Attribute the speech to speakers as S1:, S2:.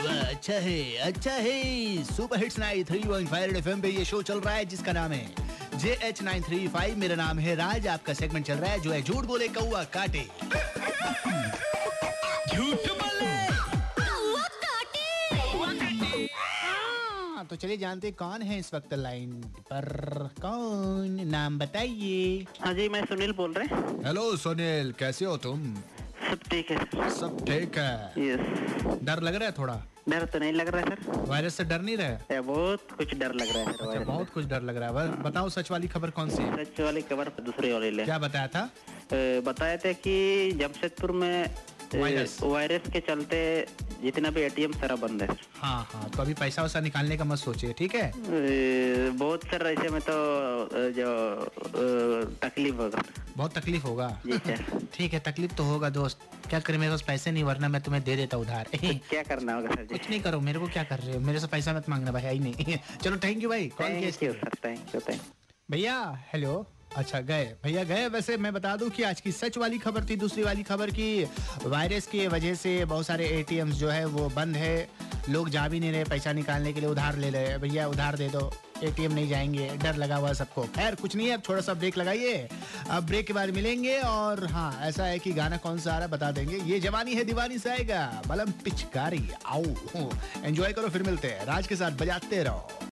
S1: अच्छा है अच्छा है super hits nine three one five FM पे ये शो चल रहा है जिसका नाम है J H nine three five मेरा नाम है राज आपका सेगमेंट चल रहा है जो है झूठ बोले कौआ काटे
S2: झूठ बोले
S1: हाँ, तो चलिए जानते हैं कौन है इस वक्त लाइन पर कौन नाम बताइए
S3: हाँ जी मैं सुनील बोल रहे हैं
S2: हेलो सुनील कैसे हो तुम
S3: सब ठीक है सर
S2: सब ठीक है
S3: यस
S2: डर लग रहा है थोड़ा
S3: डर तो नहीं लग रहा है सर
S2: वायरस से डर नहीं रहा है अच्छा,
S3: या बहुत कुछ डर लग रहा है सर वायरस
S2: बहुत कुछ डर लग रहा है ब- बताओ सच वाली खबर कौन सी है
S3: से। सच वाली खबर तो दूसरे वाले ले
S2: क्या बताया था
S3: अ, बताया था कि जमशेदपुर में अ,
S2: वायरस।
S3: वायरस के चलते जितना भी एटीएम सारा बंद है सर।
S2: हाँ हाँ तो अभी पैसा वैसा निकालने का मत सोचिए ठीक है
S3: अ, बहुत सर ऐसे में तो अ, जो अ, तकलीफ होगा
S2: बहुत तकलीफ होगा
S3: जी सर
S2: ठीक है तकलीफ तो होगा दोस्त क्या करें मेरे पास पैसे नहीं वरना मैं तुम्हें दे देता उधार कुछ
S3: क्या करना होगा सर जी
S2: नहीं करो मेरे को क्या कर रहे हो मेरे से पैसा मत मांगना भाई है ही नहीं चलो थैंक यू भाई कॉल किया
S3: थैंक
S2: इसके
S3: यू
S2: लिए।
S3: सर थैंक यू थैंक
S2: भैया हेलो अच्छा गए भैया गए वैसे मैं बता दूं कि आज की सच वाली खबर थी दूसरी वाली खबर की वायरस की वजह से बहुत सारे एटीएम्स जो है वो बंद है लोग जा भी नहीं रहे पैसा निकालने के लिए उधार ले रहे हैं भैया उधार दे दो एटीएम नहीं जाएंगे डर लगा हुआ है सबको खैर कुछ नहीं है अब थोड़ा सा ब्रेक लगाइए अब ब्रेक के बाद मिलेंगे और हाँ ऐसा है कि गाना कौन सा आ रहा है बता देंगे ये जवानी है दीवानी से आएगा बलम पिचकारी आओ एंजॉय करो फिर मिलते हैं राज के साथ बजाते रहो